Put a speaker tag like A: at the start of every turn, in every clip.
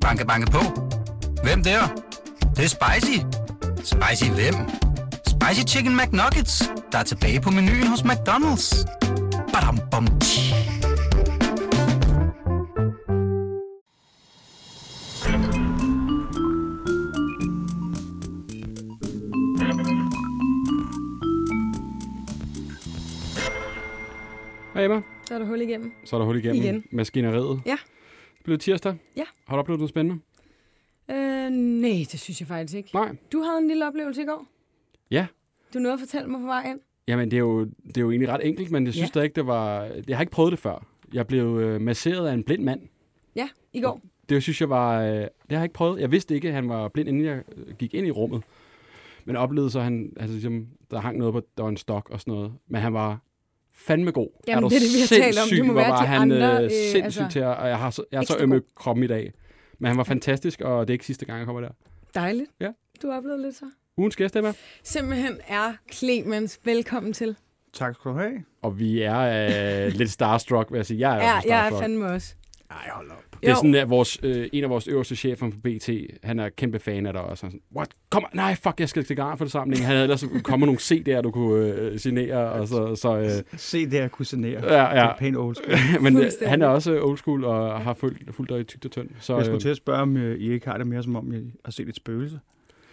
A: Banke, banke på. Hvem der? Det, er? det er spicy. Spicy hvem? Spicy Chicken McNuggets, der er tilbage på menuen hos McDonald's. Badum, bom, tji.
B: Hej Emma,
C: Så er der hul igennem.
B: så er der hul igennem
C: Igen.
B: maskineriet.
C: Ja.
B: Det blev tirsdag.
C: Ja.
B: Har du oplevet noget spændende?
C: Øh, nej, det synes jeg faktisk ikke.
B: Nej.
C: Du havde en lille oplevelse i går.
B: Ja.
C: Du nåede at fortælle mig på vej ind.
B: Jamen, det er jo, det er jo egentlig ret enkelt, men jeg synes
C: Ja.
B: da ikke, det var... Jeg har ikke prøvet det før. Jeg blev øh, masseret af en blind mand.
C: Ja, i går.
B: Det synes jeg var... Øh, det har jeg ikke prøvet. Jeg vidste ikke, at han var blind, inden jeg øh, gik ind i rummet. Men oplevede så, at han, altså, ligesom, der hang noget på... Der var en stok og sådan noget. Men han var fandme god.
C: Jamen,
B: du
C: det er det, vi har talt om.
B: sindssyg,
C: Det må
B: hvor
C: være
B: var
C: de
B: han,
C: andre,
B: øh,
C: øh,
B: sindssyg
C: altså,
B: til at, og jeg har så, jeg har så
C: ekstra
B: ømme
C: god.
B: kroppen i dag. Men han var fantastisk, og det er ikke sidste gang, jeg kommer der.
C: Dejligt.
B: Ja.
C: Du oplevede lidt så.
B: Ugens gæst, Emma.
C: Simpelthen er Clemens. Velkommen til.
D: Tak skal du have.
B: Og vi er øh, lidt starstruck, vil jeg sige. Jeg er, i
C: Ja,
B: hvert fald
C: jeg er
B: starstruck.
C: fandme også.
D: Nej, hold op.
B: Det er
C: Jo.
B: sådan, at vores, øh, en af vores øverste chefer på BT, han er kæmpe fan af dig også. Han er sådan, what? Kom, nej, fuck, jeg skal til garnforsamlingen. Han havde ellers kommet nogle CD'er, du kunne øh, signere, og så... så øh,
D: Se det, jeg kunne sanere.
B: ja,
D: Ja. Det
B: ja.
D: er pænt old school.
B: Men øh,
C: Fuldstændig.
B: han er også old school og har fulgt, fulgt dig i tygt og tynd. Så,
D: Jeg skulle til at spørge, om øh, I ikke har det mere, som om I har set et spøgelse.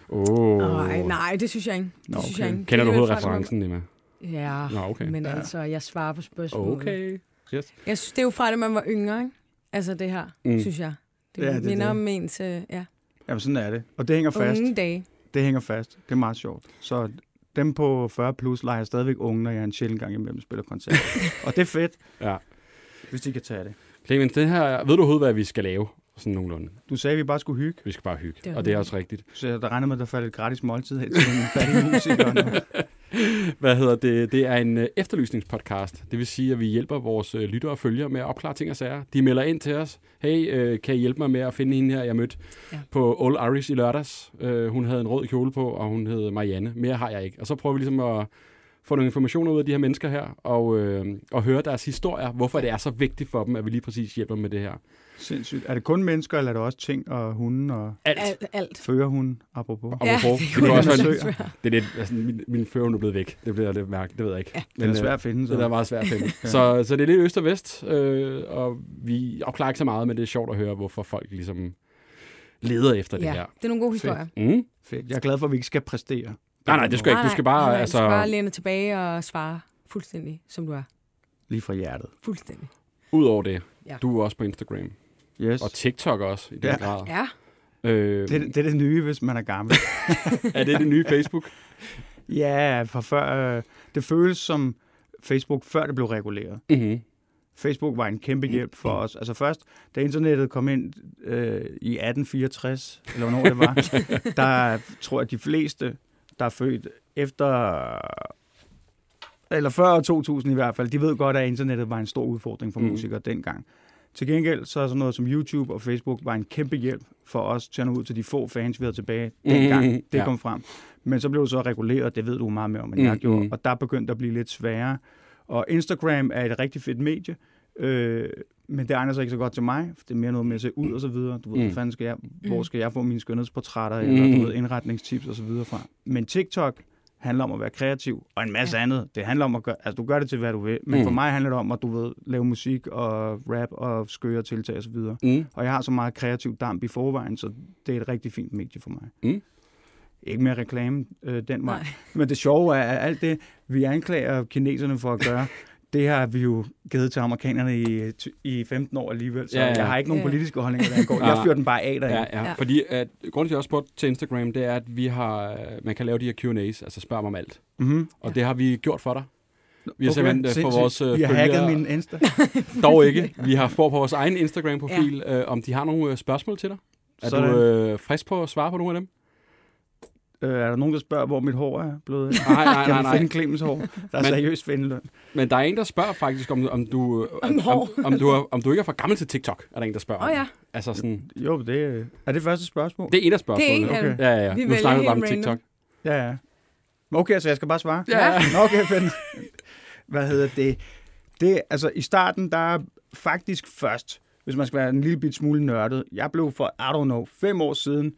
B: Åh.
C: Nej, nej, det synes jeg ikke. Det
D: Nå,
C: synes
D: okay.
C: jeg ikke.
B: Kender du
C: Det er
B: overhovedet
C: vel fra-
B: referencen, Emma?
C: Ja,
B: Nå, okay.
C: men
D: Ja.
C: altså, jeg svarer på spørgsmålet.
B: Okay. Yes.
C: Jeg synes, det er jo fra, da man var yngre, ikke? Altså det her,
B: Mm.
C: mm. synes jeg. Det
D: Ja,
C: ja,
D: det er
C: minder
D: det.
C: om ens øh, ja,
D: Jamen, sådan er det. Og det hænger fast.
C: unge dage.
D: Det hænger fast. Det er meget sjovt. Så dem på 40 plus leger stadigvæk unge, når jeg en sjældent gang imellem spiller koncert. og det er fedt,
B: Ja.
D: hvis de kan tage det.
B: Clemens, det her, ved du overhovedet, hvad vi skal lave? Sådan nogenlunde.
D: Du sagde, at vi bare skulle hygge,
B: Vi skal bare hygge,
C: Det er
B: og det er
C: det.
B: også rigtigt.
D: så jeg der regner med, at der faldt et gratis måltid hen til en fattig musiker. nu.
B: Hvad hedder det? Det er en øh, efterlysningspodcast. Det vil sige, at vi hjælper vores øh, lyttere og følgere med at opklare ting og sager. De melder ind til os. Hey, øh, kan I hjælpe mig med at finde hende her, jeg mødte ja.
C: Ja.
B: på All Irish i lørdags? Øh, hun havde en rød kjole på, og hun hed Marianne. Mere har jeg ikke. Og så prøver vi ligesom at få nogle informationer ud af de her mennesker her, og, øh, og høre deres historier, hvorfor det er så vigtigt for dem, at vi lige præcis hjælper med det her.
D: Sindssygt. Er det kun mennesker, eller er det også ting og hunde og
B: Alt. Alt.
C: Alt. alt.
D: førerhunde, apropos?
B: Og apropos, det, kunne
D: kunne
B: også
D: jeg
B: være,
D: godt være.
B: det er lidt, altså, min, min førhund er blevet væk. Det bliver lidt mærkeligt, det ved jeg ikke. Ja,
D: Den er svær at finde,
B: Så øh, det er
D: så.
B: meget svært at finde. så, så det er lidt øst og vest, øh, og vi opklarer ikke så meget, men det er sjovt at høre, hvorfor folk ligesom leder efter det
C: Ja,
B: her.
C: det er nogle gode historier.
B: Mm?
D: Fedt. Jeg er glad for, at vi ikke skal præstere.
B: Nej, nej, det skal jeg ikke. Du skal bare,
C: nej, nej,
B: altså,
C: Du skal bare læne dig tilbage og svare fuldstændig, som du er.
D: Lige fra hjertet.
C: Fuldstændig.
B: ud over det, ja.
C: Ja.
B: du er også på Instagram.
D: Yes.
B: Og TikTok også, i den
D: Ja.
B: grad.
C: Ja,
B: Øh,
D: Det, det er det nye, hvis man er gammel.
B: er det det nye Facebook?
D: ja, for før, øh, det føles som Facebook, før det blev reguleret.
B: mm-hmm.
D: Facebook var en kæmpe hjælp for os. Altså først, da internettet kom ind øh, i 1864, eller hvornår det var, der tror jeg, de fleste, der er født efter, eller før 2000 i hvert fald, de ved godt, at internettet var en stor udfordring for
B: Mm.
D: mm. musikere dengang. Til gengæld så er sådan noget som YouTube og Facebook var en kæmpe hjælp for os til at nå ud til de få fans, vi havde tilbage dengang.
B: Mhm,
D: Mm, det
B: ja.
D: ja. kom frem. Men så blev det så reguleret, det ved du meget mere om, end
B: Mm,
D: mm, jeg gjorde.
B: mm.
D: Mm. Og der begyndte det at blive lidt sværere. Og Instagram er et rigtig fedt medie, øh, men det egner sig ikke så godt til mig. For det er mere noget med at se ud og så videre. Du ved,
B: Mm.
D: mm. hvad fanden skal jeg, hvor skal jeg få mine skønhedsportrætter,
B: Mm.
D: mm. eller du ved, indretningstips og så videre fra. Men TikTok handler om at være kreativ, og en masse
C: Ja.
D: ja. andet. Det handler om at gøre, altså du gør det til, hvad du vil, men
B: Mm.
D: mm. for mig handler det om, at du ved, lave musik og rap og skøre tiltag og så videre.
B: Mm.
D: Og jeg har så meget kreativ damp i forvejen, så det er et rigtig fint medie for mig.
B: Mm.
D: Ikke mere reklame øh, den vej.
C: nej.
D: Men det sjove er, at alt det, vi anklager kineserne for at gøre, det har vi jo givet til amerikanerne i, i 15 år alligevel. Så
B: Ja,
D: ja,
B: ja.
D: ja. jeg har ikke nogen
C: Ja.
D: politiske holdninger, der går.
B: Nej.
D: Jeg fyrer den bare af derinde.
B: Ja,
D: Ja.
B: ja. ja.
C: Ja.
B: Fordi at, grunden til, at jeg også spurgte til Instagram, det er, at vi har, man kan lave de her Q&A's, altså spørg mig om alt.
D: Mm-hmm.
B: Og
C: Ja.
B: det har vi gjort for dig. Vi har simpelthen, øh, for vores, øh,
D: Vi har
B: følgere-
D: hacket min Insta.
B: Dog ikke. Vi har spurgt på vores egen Instagram-profil, ja. øh, om de har nogle øh, spørgsmål til dig. Er Sådan.
D: Sådan.
B: du øh, frisk på at svare på nogle af dem?
D: Øh, er der nogen, der spørger, hvor mit hår er blevet? Ah,
B: Nej, nej,
D: Kan
B: nej,
D: man
B: nej.
D: finde Clemens hår? Der er
B: Men-
D: seriøst findeløn.
B: Men der er en, der spørger faktisk, om, om, du, øh,
C: Om
B: om,
C: hår.
B: om, du er, om du ikke er for gammel til TikTok, er der en, der spørger.
C: Åh
B: om.
C: ja,
B: Altså sådan,
D: Jo, det øh, er det første spørgsmål.
B: det er en af spørgsmålene.
C: en af
D: dem.
B: Ja, ja, ja.
C: Vi
B: nu
C: vælger
B: snakker vi bare om
C: helt random.
B: TikTok.
D: Ja, ja. Okay, så jeg skal bare svare?
B: Ja.
D: Nå, okay, fedt. Hvad hedder det? Det, altså i starten, der er faktisk først hvis man skal være en lille bit smule nørdet. Jeg blev for, I don't know, fem år siden,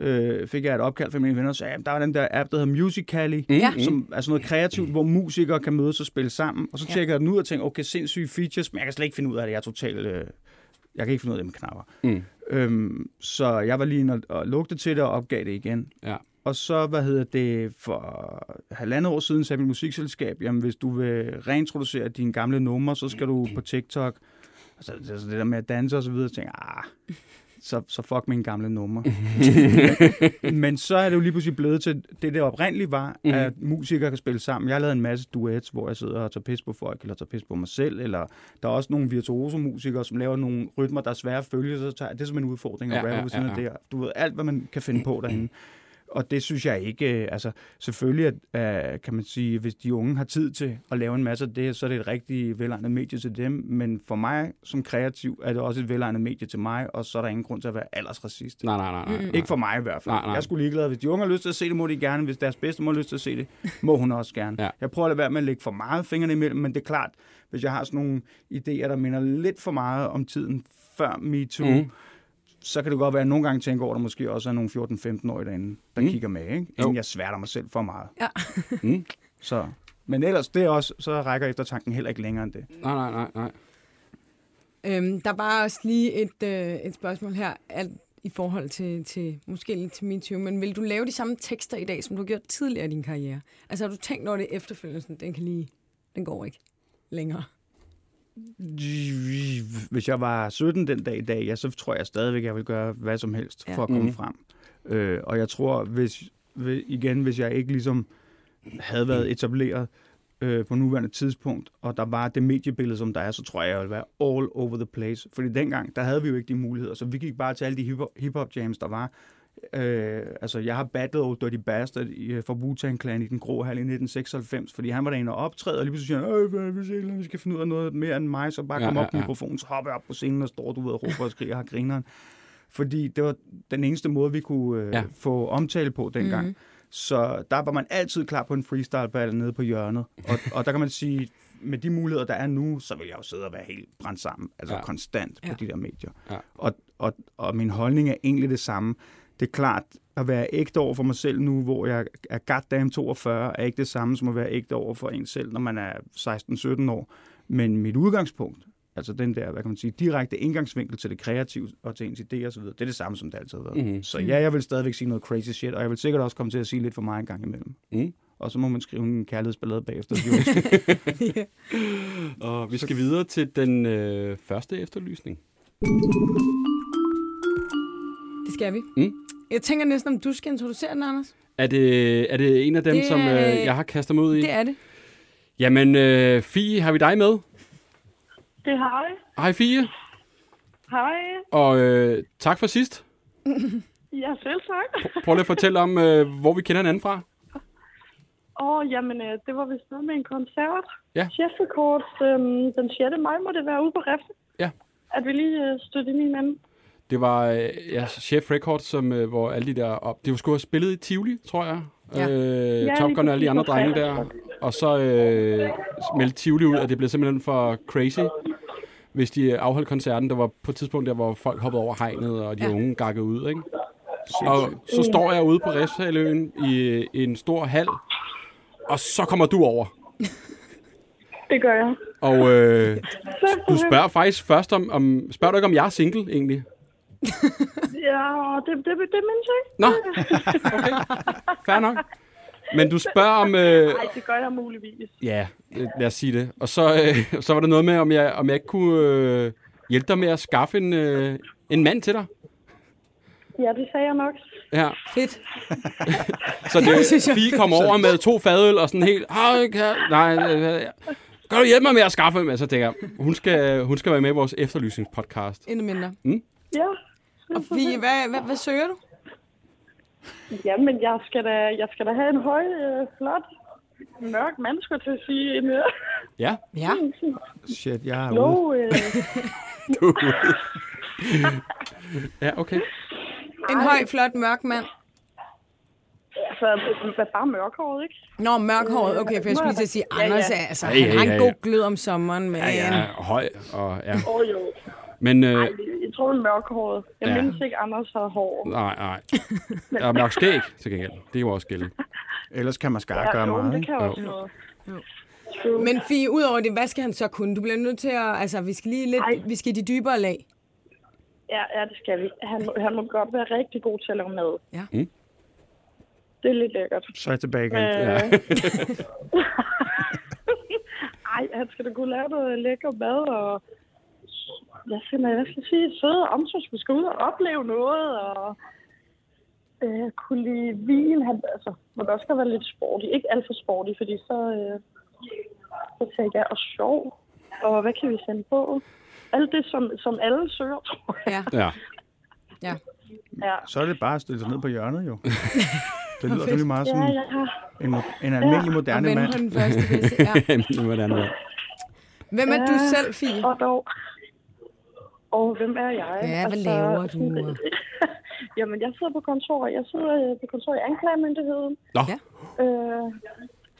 D: øh, fik jeg et opkald fra mine venner, og sagde, "Jamen, der var den der app, der hedder Musical.ly,
C: Ja.
D: mm. som er sådan noget kreativt, hvor musikere kan mødes og spille sammen. Og så
C: Ja.
D: tjekker jeg den ud og tænker, okay, sindssyge features, men jeg kan slet ikke finde ud af det. Jeg er totalt... Øh, jeg kan ikke finde ud af det med knapper.
B: Mm.
D: Øhm, så jeg var lige inde og, og lugte til det og opgav det igen.
B: Ja.
D: Og så, hvad hedder det, for halvandet år siden sagde mit musikselskab, jamen hvis du vil reintroducere dine gamle numre, så skal du på TikTok. Og så, så, så Altså, det der med at danse og så videre, så tænkte jeg, ah, så, så fuck mine gamle numre. Men så er det jo lige pludselig blevet til det, det oprindeligt var, mm.
B: Mhm.
D: at musikere kan spille sammen. Jeg har lavet en masse duets, hvor jeg sidder og tager pis på folk, eller tager pis på mig selv, eller der er også nogle virtuoso-musikere, som laver nogle rytmer, der er svære at følge, så tager jeg det som en udfordring at
B: Ja,
D: rappe
B: ja,
D: ved siden
B: ja,
D: af
B: ja.
D: det. her. Du ved alt, hvad man kan finde på derinde. Og det synes jeg ikke, øh, altså selvfølgelig at, øh, kan man sige, hvis de unge har tid til at lave en masse af det, så er det et rigtig velegnet medie til dem, men for mig som kreativ er det også et velegnet medie til mig, og så er der ingen grund til at være aldersracist.
B: Nej, nej, nej. nej,
C: Mm.
B: nej.
D: Ikke for mig i hvert fald.
B: Nej, nej.
D: Jeg skulle ligeglad. Hvis de unge har lyst til at se det, må de gerne. Hvis deres bedste må har lyst til at se det, må hun også gerne.
B: Ja.
D: Jeg prøver at lade være med at lægge for meget fingrene imellem, men det er klart, hvis jeg har sådan nogle idéer, der minder lidt for meget om tiden før MeToo, mm.
B: Mhm.
D: så kan det godt være, at jeg nogle gange tænker over, at der måske også er nogle 14-15-årige derinde, der mm.
B: Mhm.
D: kigger med, ikke? inden
B: Jo.
D: jeg sværter mig selv for meget.
B: Mm.
D: Så. Men ellers, det er også, så rækker eftertanken heller ikke længere end det.
B: Nej, nej, nej, nej.
C: Øhm, der var også lige et, øh, et spørgsmål her, alt i forhold til, til måske lidt til min 20, men vil du lave de samme tekster i dag, som du har gjort tidligere i din karriere? Altså har du tænkt over det efterfølgende, sådan, den kan lige, den går ikke længere?
D: hvis jeg var 17 den dag i dag, ja, så tror jeg stadigvæk, jeg vil gøre hvad som helst
C: Ja.
D: ja. for at komme
B: Mhm.
D: mm. frem. Øh, og jeg tror, hvis, hvis- igen, hvis jeg ikke ligesom havde været etableret øh, på nuværende tidspunkt, og der var det mediebillede, som der er, så tror jeg, jeg ville være all over the place. Fordi dengang, der havde vi jo ikke de muligheder, så vi gik bare til alle de hip- hip-hop jams, der var. Øh, altså, jeg har battlet Old Dirty Bastard i, øh, for Wu-Tang Clan i den grå hal i 1996, fordi han var derinde og optræde, og lige pludselig siger han, "Øh, hvad, hvis ikke, vi skal finde ud af noget mere end mig, så bare
B: Ja,
D: ja, kom op
B: ja,
D: på
B: ja.
D: mikrofonen, så hopper jeg op på scenen og står du ved og råber og skriger og har grineren. Fordi det var den eneste måde, vi kunne øh,
B: Ja.
D: ja. få omtale på dengang. Mm-hmm. Så der var man altid klar på en freestyle battle nede på hjørnet. Og, og der kan man sige, med de muligheder, der er nu, så vil jeg jo sidde og være helt brændt sammen. Altså
B: Ja.
D: ja. konstant på
C: Ja.
D: de der medier.
B: Ja.
D: Og, og, og min holdning er egentlig det samme. Det er klart, at være ægte over for mig selv nu, hvor jeg er goddamn 42, er ikke det samme som at være ægte over for en selv, når man er 16-17 år. Men mit udgangspunkt, altså den der, hvad kan man sige, direkte indgangsvinkel til det kreative og til ens idéer osv., det er det samme, som det altid har været.
B: Mhm.
D: Så ja, jeg vil stadigvæk sige noget crazy shit, og jeg vil sikkert også komme til at sige lidt for meget en gang imellem.
B: Mm.
D: Og så må man skrive en kærlighedsballade bagefter.
C: ja.
B: Og vi skal videre til den øh, første efterlysning.
C: Det skal vi.
B: Mm.
C: Jeg tænker næsten, om du skal introducere den, Anders.
B: Er det, er det en af dem,
C: Det
B: det,
C: er-
B: som øh, jeg har kastet mig ud i?
C: Det er det.
B: Jamen, øh, Fie, har vi dig med?
E: Det har jeg.
B: Hej, Fie.
E: Hej.
B: Og øh, tak for sidst.
E: Ja, selv tak.
B: Prøv lige at fortælle om, øh, hvor vi kender hinanden fra.
E: Åh, oh, jamen, øh, det var vist noget med en koncert.
B: Ja.
E: Chesterkort, øhm, den 6. maj må det være ude på Rifte.
B: Ja.
E: At vi lige øh, stødte ind i hinanden.
B: Det var øh, ja, Chef Record, som, øh, hvor alle de der... Op, det var sgu have spillet i Tivoli, tror jeg.
C: Ja.
B: Ja. Øh,
E: Ja,
B: Top
E: lige
B: Gun og alle de andre
E: præcis.
B: drenge der. Og så øh, meldte Tivoli ud, at det blev simpelthen for crazy, hvis de øh, afholdt koncerten. Der var på et tidspunkt, der hvor folk hoppede over hegnet, og de
C: Ja.
B: ja. unge gakkede ud, ikke? Og så står jeg ude på Refshaløen i øh, en stor hal, og så kommer du over.
E: Det gør jeg.
B: Og øh, du
E: Simpelthen.
B: spørger faktisk først om, om... Spørger du ikke, om jeg er single, egentlig?
E: Ja, og det, det, det mindes jeg ikke.
B: Nå, okay. Fair nok. Men du spørger om... Øh,
E: Nej, det gør jeg muligvis.
B: ja, øh, lad os sige det. Og så, øh, så var der noget med, om jeg, om jeg ikke kunne øh, hjælpe dig med at skaffe en, øh, en mand til dig.
E: Ja, det sagde jeg nok.
B: Ja.
C: Fedt.
B: Så
C: Det synes jeg
B: det, vi
C: er
B: kom over med to fadøl og sådan helt... "Ej, kan- Nej, øh, øh, kan du hjælpe mig med at skaffe ham? Så tænker jeg, hun skal, hun skal være med i vores efterlysningspodcast.
C: Endnu mindre.
B: Mm.
E: Ja.
C: Og Fie, hvad, hvad, hvad søger du?
E: Jamen, jeg skal da, jeg skal da have en høj, øh, flot, mørk mand, skulle jeg til at sige. En, øh,
B: Ja,
C: Ja.
D: Shit, jeg er ude.
E: low, øh,
B: ja okay.
C: En høj, flot, mørk mand.
E: altså, øh, bare mørkhåret, ikke?
C: Nå, mørkhåret. Okay, for jeg skulle lige til at sige,
E: Ja, ja.
C: Anders, er- altså,
B: Ja, ja,
C: han har
B: ja,
C: en
B: ja.
C: god glød om sommeren, men...
B: Ja, høj og ja.
E: Åh, oh, jo.
B: Men øh,
E: Ej, jeg tror, det er mørkhåret. Jeg
B: Ja.
E: ja. mindes ikke, Anders havde hår.
B: nej, nej. Jeg har mørk skæg til gengæld. Det kan jo også gælde.
D: Ellers kan man skar
E: Ja,
D: gøre
E: jo, men
D: meget.
E: det
D: ikke?
E: kan
B: Jo.
E: også noget.
C: Jo.
E: True.
C: Men Fie, ud over det, hvad skal han så kunne? Du bliver nødt til at... Altså, vi skal lige lidt...
E: Ej.
C: Vi skal i de dybere lag.
E: Ja, ja, det skal vi. Han, må- han må godt være rigtig god til at lave mad.
C: Ja.
B: Mm.
E: Det er lidt lækkert.
D: Så er jeg tilbage igen.
E: Øh,
B: Ja.
E: Ej, han skal da kunne lave noget lækker mad og... Hvad skal man hvad skal jeg sige? Søde omsorgs, vi skal ud og opleve noget og... Øh, kunne lide vin. Han, altså, må også skal være lidt sporty. Ikke alt for sporty, fordi så... Øh, så tænker jeg, og sjov. Og hvad kan vi sende på? Alt det, som, som alle søger, tror jeg.
C: Ja.
B: Ja.
C: ja.
E: Ja,
D: Så er det bare at stille sig ned på hjørnet, jo. Det lyder rigtig meget som
E: ja, jeg har...
D: en, mo- en almindelig
C: Og
D: moderne
C: vende
D: mand.
C: på den første bedste. Ja.
B: Men Hvordan er det?
C: Hvem er du
E: Ja.
C: selv, Fie?
E: Og dog. Og hvem er jeg? Altså,
C: Ja, hvad laver du?
E: Jamen, jeg sidder på kontor. Jeg sidder øh, på kontor i anklagemyndigheden.
B: Nå,
C: Ja.
E: Øh,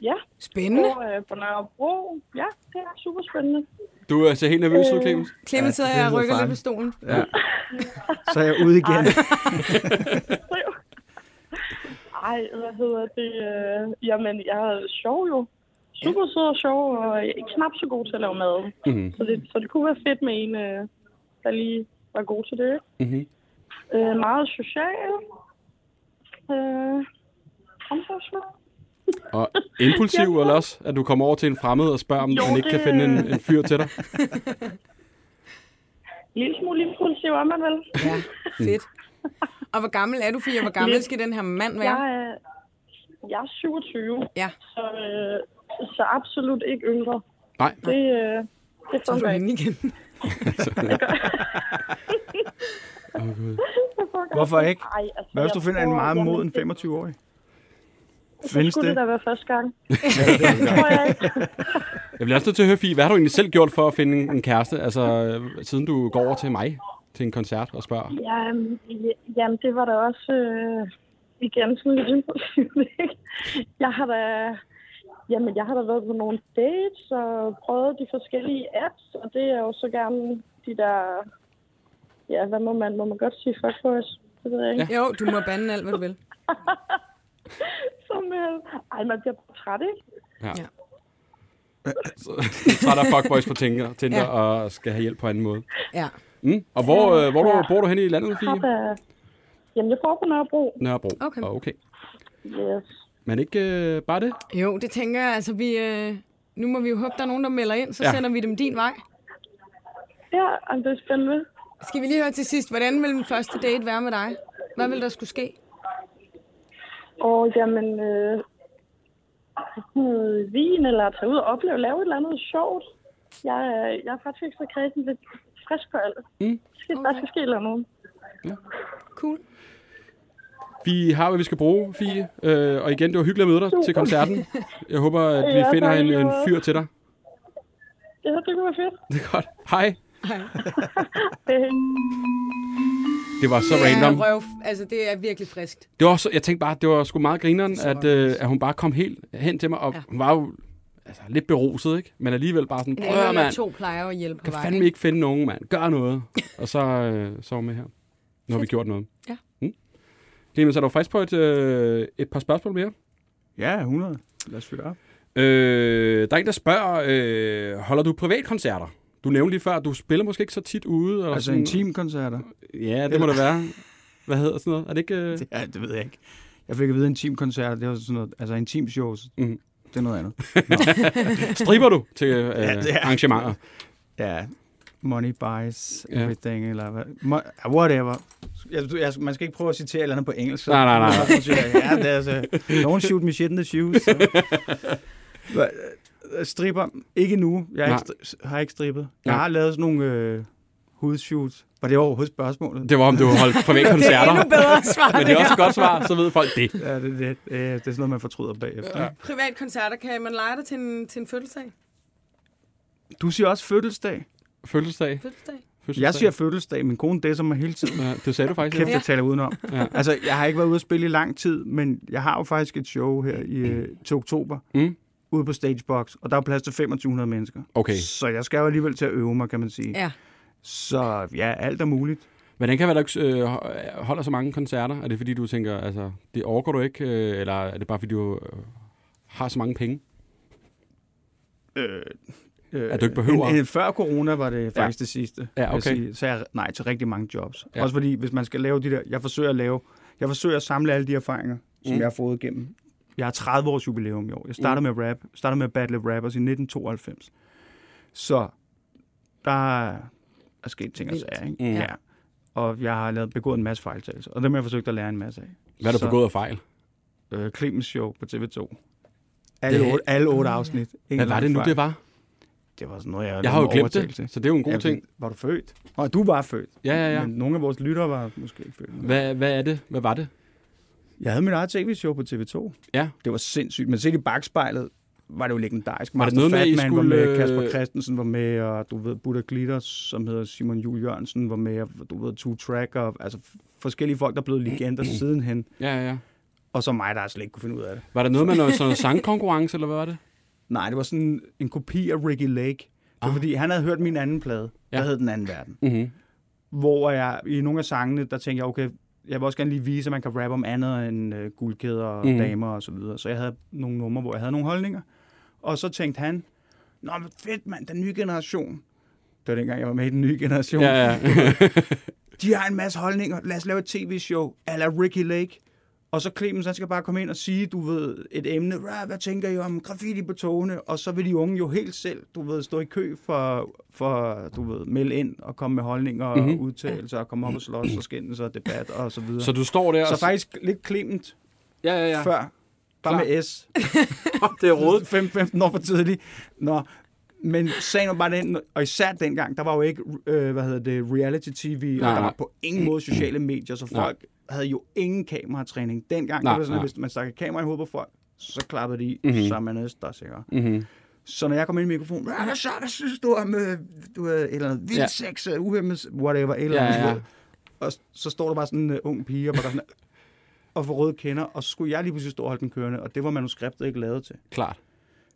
E: ja,
C: Spændende.
E: på, øh, på Nørrebro. Ja, det er super spændende.
B: du øh, ser helt nervøs ud, Clemens.
C: Clemens sidder
D: det
C: her og
D: lyder
C: rykker lidt på
D: farligt.
C: stolen.
D: Så er jeg ude igen.
E: Ej, hvad hedder det? Øh, jamen, jeg er sjov jo. Super sød og sjov, og jeg er knap så god til at lave mad.
B: Mhm.
E: Så, det, så det kunne være fedt med en, øh, der lige var god til det.
B: Mhm.
E: Øh, meget social. Øh, omsorgsfuld.
B: Og impulsiv, eller også, at du kommer over til en fremmed og spørger, om
E: Jo,
B: han ikke kan
E: det-
B: finde en, en fyr til dig.
E: En lille smule impulsiv er man vel.
C: Ja, fedt. Og hvor gammel er du, Fie? Hvor gammel skal den her mand
E: Jeg,
C: være?
E: er, jeg er 27,
C: Ja,
E: så, øh, så absolut ikke yngre.
B: Nej.
E: Det, øh, det
C: så er du
E: fungerer ikke.
C: henne igen.
E: Det fungerer
D: Hvorfor ikke?
E: Ej, altså,
D: Hvad hvis
E: jeg
D: du finder en
E: tror,
D: meget
E: jamen,
D: moden
E: det-
D: 25-årig?
E: Så
D: Findes
E: skulle det
D: det?
E: da være første gang. det tror jeg ikke.
B: Jeg bliver også nødt til at høre, Fie, hvad har du egentlig selv gjort for at finde en- en kæreste, altså øh, siden du går over til mig til en koncert og spørger?
E: Ja, øhm, ja- jamen, det var da også øh, igen sådan lidt impulsivt, ikke? Jeg har da... Jamen, jeg har da været på nogle dates og prøvet de forskellige apps, og det er jo så gerne de der... Ja, hvad må man, må man godt sige? Fuck boys. Det ved jeg ikke. Ja.
C: Jo, du må bande alt, hvad du vil.
E: Som, øh, ej, man bliver træt, ikke?
C: Ja.
B: Så, så er der fuckboys på Tinder, Tinder
C: Ja.
B: ja. og skal have hjælp på anden måde.
C: Ja.
B: Mm. Og hvor, øh, hvor du, bor du henne i landet,
E: Har
B: Fie?
E: da... Jamen, jeg bor på Nørrebro.
B: Nørrebro.
C: Okay.
B: Og okay.
E: Yes.
B: Men ikke øh, bare det?
C: Jo, det tænker jeg. Altså, vi, øh, nu må vi jo håbe, der er nogen, der melder ind, så ja.
B: Ja.
C: sender vi dem din vej.
E: Ja, ej, det er spændende.
C: Skal vi lige høre til sidst, hvordan vil den første date være med dig? Hvad vil der skulle ske?
E: Og jamen, øh, noget vin, eller tage ud og opleve, lave et eller andet sjovt. Jeg, er- jeg er faktisk ikke så kredsen lidt frisk på alt.
B: Mm.
E: Skal, Der skal ske et eller andet.
C: Cool.
B: Vi har, hvad vi skal bruge, Fie. Øh, og igen, det var hyggeligt at møde dig til koncerten. Jeg håber, at vi
E: Ja,
B: finder
E: tak
B: en,
E: lige
B: en
E: måde.
B: fyr til dig.
E: Ja, det kunne være fedt.
B: Det er godt. Hej.
E: Hey.
B: Det var så
C: Det er,
B: random.
C: røv, altså, det er virkelig friskt.
B: Det var så, jeg tænkte bare, det var sgu meget grineren, at, øh, at hun bare kom helt hen til mig. Og
C: altså. Ja.
B: ja. hun var jo altså, lidt beruset, ikke? Men alligevel bare sådan,
C: En
B: prøv
C: eller
B: mand.
C: to plejer at hjælpe på
B: Kan
C: vej.
B: fandme ikke finde nogen, mand. Gør noget. Og så, øh, så er hun med her. Nu har vi gjort noget.
C: Ja.
B: Mm. Clemens, er du frisk på et, øh, et par spørgsmål mere?
D: Ja, 100. Lad os fyre op.
B: Øh, der er en, der spørger, øh, holder du privatkoncerter? Du nævnte lige før, at du spiller måske ikke så tit ude. Eller
D: Altså
B: sådan.
D: intimkoncerter?
B: Ja, det må det være. Hvad hedder sådan noget? Er det ikke... Øh...
D: Ja, det ved jeg ikke. Jeg fik at vide, at intimkoncerter, det var sådan noget, altså intimshows,
B: Mhm.
D: mm. det er noget andet.
B: Stripper du til øh, ja,
D: det er-
B: arrangementer?
D: Ja, money buys
B: Ja.
D: everything, eller hvad, mo- ah, whatever. Jeg, jeg, man skal ikke prøve at citere et eller andet på engelsk. så-
B: Nej, nej, nej.
D: Så siger jeg, Ja, det er altså, don't shoot me shit in the shoes. Så. Hva- øh, Stripper, ikke nu. Jeg er
B: Nej.
D: ikke, stri- har ikke strippet. Jeg
B: Nej.
D: har lavet sådan nogle øh, hudshoots. Var det overhovedet spørgsmålet?
B: Det var, om du holdt
C: Det er
B: privatkoncerter.
C: endnu bedre svar,
B: Men det er også et godt svar, så ved folk det.
D: Ja, det, det, øh, det er sådan noget, man fortryder bagefter. Ja.
C: Privat koncerter, kan man lege dig til en, til en fødselsdag?
D: Du siger også fødselsdag.
B: Fødselsdag.
C: fødselsdag?
B: Fødselsdag.
D: Jeg siger fødselsdag. Min kone dæser mig hele tiden.
B: Ja, det sagde du faktisk.
D: Kæft,
B: Kæft.
D: jeg taler udenom. Ja. Altså, jeg har ikke været ude at spille i lang tid, men jeg har jo faktisk et show her i, øh, til oktober,
B: Mm.
D: ude på Stagebox, og der er plads til 2500 mennesker.
B: Okay.
D: Så jeg skal jo alligevel til at øve mig, kan man sige.
C: Ja.
D: Så ja, alt er muligt.
B: Hvordan kan det være, du ikke øh, holder så mange koncerter? Er det fordi, du tænker, altså, det overgår du ikke? Øh, eller er det bare fordi, du øh, har så mange penge?
D: Øh, øh,
B: At du ikke behøver-
D: En, en, før corona var det faktisk ja. det sidste.
B: Ja,
D: vil jeg
B: okay.
D: sige. Så jeg nej til rigtig mange jobs.
B: Ja.
D: Ja. Også fordi, hvis man skal lave de der... Jeg forsøger at lave... Jeg forsøger at samle alle de erfaringer, som
B: Mm.
D: jeg har fået igennem. Jeg har 30 års jubilæum i år. Jeg startede med rap. startede med Battle of Rappers i 1992. Så der er sket ting og
C: Vildt.
D: sager, ikke?
B: Mm.
D: Ja. Og jeg har lavet, begået en masse fejltagelser, og dem har jeg forsøgt at lære en masse af.
B: Hvad er du
D: Så-
B: begået af fejl?
D: øh, Clemens Show på TV2. Alle,
B: Det-
D: det... otte, alle otte afsnit. Ingen
B: Hvad var det nu,
D: fejl.
B: det var?
D: Det var sådan noget, jeg,
B: Jeg har jo glemt det, så det er jo en god ting.
D: Var du født? Nå, du var født.
B: Ja, ja, ja.
D: Men nogle af vores lyttere var måske ikke født.
B: Hvad, hvad er det? Hvad var det?
D: Jeg havde mit eget tv-show på TV2.
B: Ja.
D: Det var sindssygt. Men set i bagspejlet var det jo legendarisk.
B: Var det
D: Master
B: noget med, at I
D: Fatman var
B: skulle,
D: med,
B: øh,
D: Kasper Christensen var med, og du ved, Buddha Glitter, som hedder Simon Jul Jørgensen, var med, og du ved, Two Track, og altså forskellige folk, der blev legender sidenhen.
B: Ja, ja, ja.
D: Og så mig, der slet ikke kunne finde ud af det.
B: Var der noget med noget sådan noget sangkonkurrence, eller hvad var det?
D: Nej, det var sådan en kopi af Ricky Lake. Det var,
B: Ah.
D: fordi han havde hørt min anden plade, der
B: Ja.
D: hed Den Anden Verden.
B: Mm-hmm.
D: Hvor jeg i nogle af sangene, der tænkte jeg, okay, jeg vil også gerne lige vise, at man kan rappe om andet end øh, guldkæder og
B: Mhm.
D: mm. damer og så videre. Så jeg havde nogle numre, hvor jeg havde nogle holdninger. Og så tænkte han, Nå, men fedt mand, den nye generation. Det var dengang, jeg var med i den nye generation.
B: Ja, ja.
D: De har en masse holdninger. Lad os lave et tv-show ala Ricky Lake. Og så Clemens, han skal bare komme ind og sige, du ved, et emne. "Rah, Hvad tænker I om graffiti på togene? Og så vil de unge jo helt selv, du ved, stå i kø for, for du ved, melde ind og komme med holdninger mm-hmm.
B: Mhm.
D: og udtalelser og komme op og slås og skændes og debat og så videre.
B: Så du står der
D: så
B: og...
D: faktisk lidt Clement
B: Ja, ja,
D: ja.
B: ja.
D: før. Bare
B: Klar.
D: med S.
B: Det er rådet.
D: 5, 15 år for tidligt. Nå, men sagen var bare den, og især dengang, der var jo ikke, øh, hvad hedder det, reality tv,
B: Nej,
D: og der
B: nej.
D: var på ingen måde sociale medier, så
B: Nej.
D: folk havde jo ingen kameratræning. Dengang,
B: Nej,
D: det var sådan,
B: nej.
D: at hvis man stak et kamera i hovedet på folk, så klappede de,
B: Mhm.
D: mm-hmm. så er man øster, sikkert.
B: Mm-hmm.
D: Så når jeg kom ind i mikrofonen, hvad er det så, der synes du om, øh, du er et eller andet vild
B: Ja.
D: ja. sex, øh, uhemmet, whatever, et eller
B: Ja,
D: andet.
B: ja.
D: Ja, ja. Og s- så står der bare sådan en øh, ung pige, og, bare sådan, og får røde kender, og så skulle jeg lige pludselig stå og holde den kørende, og det var manuskriptet ikke lavet til.
B: Klart.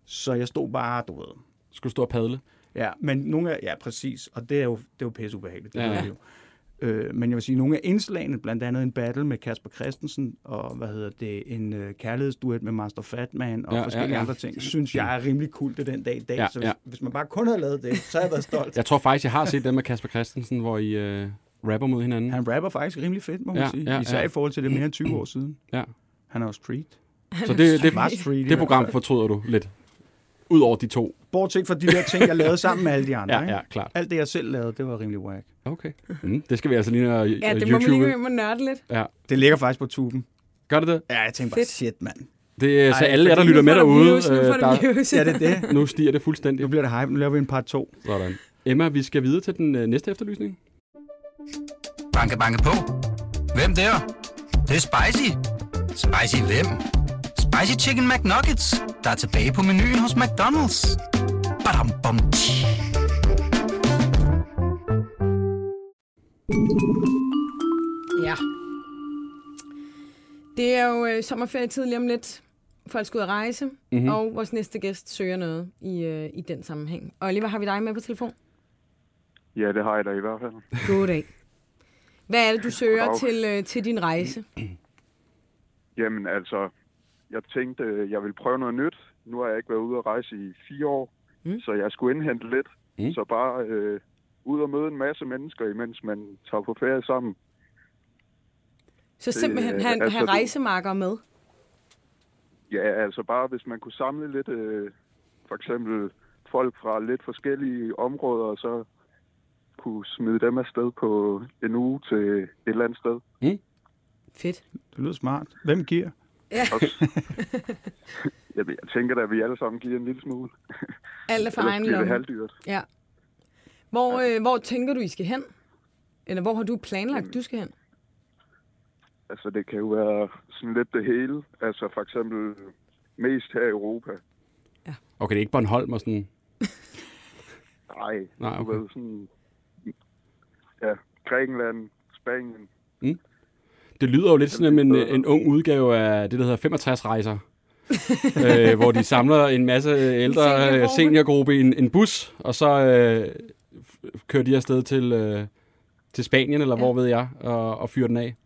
D: Så jeg stod bare, du ved,
B: Skulle stå og padle.
D: Ja, men nogle af, ja, præcis, og det er jo, det er jo pisse ubehageligt, det
B: Ja.
D: ja. er det jo. Øh, men jeg vil sige, nogle af indslagene, blandt andet en battle med Kasper Christensen, og hvad hedder det, en øh, kærlighedsduet med Master Fatman, og
B: Ja, ja,
D: ja, forskellige ja,
B: ja.
D: ja. andre ting, synes jeg er rimelig cool det den dag i dag.
B: Ja,
D: Ja, så hvis,
B: ja.
D: ja. hvis man bare kun havde lavet det, så havde jeg været stolt. ja.
B: Jeg tror faktisk, jeg har set dem med Kasper Christensen, hvor I øh, rapper mod hinanden.
D: Han rapper faktisk rimelig fedt, må man
B: Ja,
D: ja, sige.
B: ja,
D: Ja, Især
B: ja.
D: ja. i forhold til det er mere end 20 år siden.
B: Ja.
D: Han er jo street.
B: Så det, det,
D: Var street. i
B: det
D: hvert
B: program
D: fald.
B: fortryder du lidt. Udover de to.
D: Bortset fra de der ting, jeg lavede sammen med alle de andre.
B: Ja,
D: ikke?
B: ja, klart.
D: Alt det, jeg selv lavede, det var rimelig whack.
B: Okay. Mm, det skal vi altså lige når
C: Ja, det må vi lige
B: YouTube.
C: gå hjem og nørde lidt.
D: Det ligger faktisk på tuben.
B: Gør det det?
D: Ja, jeg tænkte bare,
C: Fedt.
D: shit, mand.
B: Det er så
D: Ej,
B: alle jer, der
C: Nu
B: lytter med
C: får du
B: derude.
C: views, Nu får
B: øh,
C: du
B: der,
C: views.
D: Ja, det er det.
B: nu stiger det
D: Nu
B: fuldstændig.
D: bliver det hype. Nu laver vi en part 2.
B: Sådan. Emma, vi skal videre til den øh, næste efterlysning.
A: Banke, banke på. Hvem der? Det, er spicy. Spicy hvem? Spicy Chicken McNuggets, der er tilbage på menuen hos McDonald's. Badum, bom, tji.
C: Ja. Det er jo øh, sommerferietid lige om lidt. Folk skal ud at rejse,
B: Mhm.
C: mm-hmm. og vores næste gæst søger noget i, øh, i den sammenhæng. Oliver, har vi dig med på telefon?
F: Ja, det har jeg da i hvert fald.
C: Goddag. Hvad er det, du søger
F: Goddag.
C: til, øh, til din rejse?
F: Jamen altså, jeg tænkte, øh, jeg ville prøve noget nyt. Nu har jeg ikke været ude at rejse i fire år,
C: Mm.
F: mm. så jeg skulle indhente lidt.
B: Mm.
F: Mm. Så bare øh, ud og møde en masse mennesker, imens man tager på ferie sammen.
C: Så simpelthen
F: øh,
C: have,
F: altså,
C: have
F: du-
C: rejsemarker med.
F: Ja, altså bare hvis man kunne samle lidt, øh, for eksempel folk fra lidt forskellige områder, og så kunne smide dem afsted på en uge til et eller andet sted.
C: Fedt.
D: Det lyder smart. Hvem giver?
F: Jamen, jeg tænker da, at vi alle sammen giver en lille smule.
C: Alt er for
F: Ellers
C: egen
F: bliver det
C: lomme.
F: halvdyrt.
C: Ja. Hvor, øh, hvor tænker du, I skal hen? Eller hvor har du planlagt, du skal hen?
F: Altså, det kan jo være sådan lidt det hele. Altså, for eksempel mest her i Europa.
B: Okay, det er ikke Bornholm og sådan.
F: Nej,
B: Nej,
F: du
B: okay.
F: ved, sådan... Ja, Grækenland, Spanien.
B: Det lyder jo lidt sådan en, en ung udgave af det, der hedder 65 rejser. øh, hvor de samler en masse ældre
C: seniorgruppe.
B: seniorgruppe i en, en bus, og så øh, f- kører de afsted til, øh, til Spanien, eller ja.
C: Ja.
B: hvor ved jeg, og, og fyrer den af.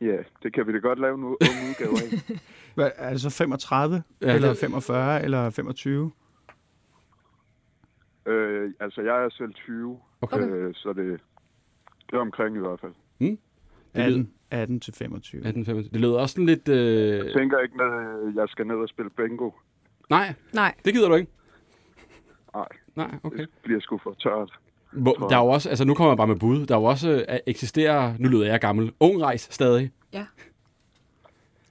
F: Ja, det kan vi da godt lave en u- ung udgave af.
D: Hvad, er det så 35,
B: Ja,
D: ja, eller
B: det-
D: 45, eller 25?
F: øh, altså, jeg er selv 20,
B: Okay.
F: øh, så det, det er omkring i hvert fald.
D: 18, 18 til 25.
B: 18, 25. Det lyder også sådan lidt... Øh,
F: Jeg tænker ikke, at øh, jeg skal ned og spille bingo.
B: nej,
C: Nej,
B: det gider du ikke.
F: Nej,
B: Nej, okay.
F: det bliver sgu for tørt.
B: Hvor, der er jo også, altså nu kommer jeg bare med bud, der er jo også øh, eksisterer, nu lyder jeg gammel, ungrejs stadig.
C: ja.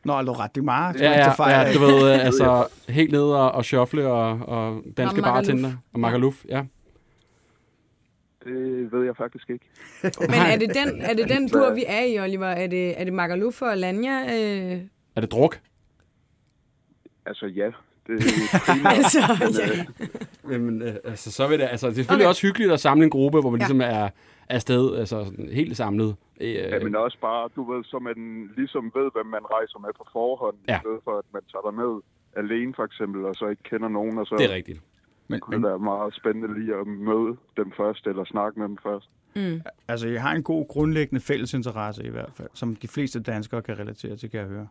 D: Nå, lo ret, det er meget.
B: Ja, ja, ja du ved, øh, altså helt ned og, og shuffle og, og danske
C: Og Magaluf.
B: bartender og magaluf, ja.
F: Det ved jeg faktisk ikke.
C: Men er det den, er det den bur, vi er i, Oliver? Er det, er det Magaluf og Lanja? Øh,
B: Er det druk?
F: Altså, ja. Det er primært,
C: altså, ja.
F: øh,
B: Jamen, øh, altså, så vil det, altså, det er selvfølgelig
C: Okay.
B: også hyggeligt at samle en gruppe, hvor man ligesom er afsted, altså sådan helt samlet. Øh,
F: ja, men også bare, du ved, så man ligesom ved, hvem man rejser med på forhånd,
B: Ja.
F: i stedet for, at man tager ned alene for eksempel, og så ikke kender nogen, og så
B: det er rigtigt.
D: Men,
F: kunne det
D: men,
F: være meget spændende lige at møde dem først, eller snakke med dem først.
D: altså, jeg har en god grundlæggende fælles interesse i hvert fald, som de fleste danskere kan relatere til, kan jeg høre.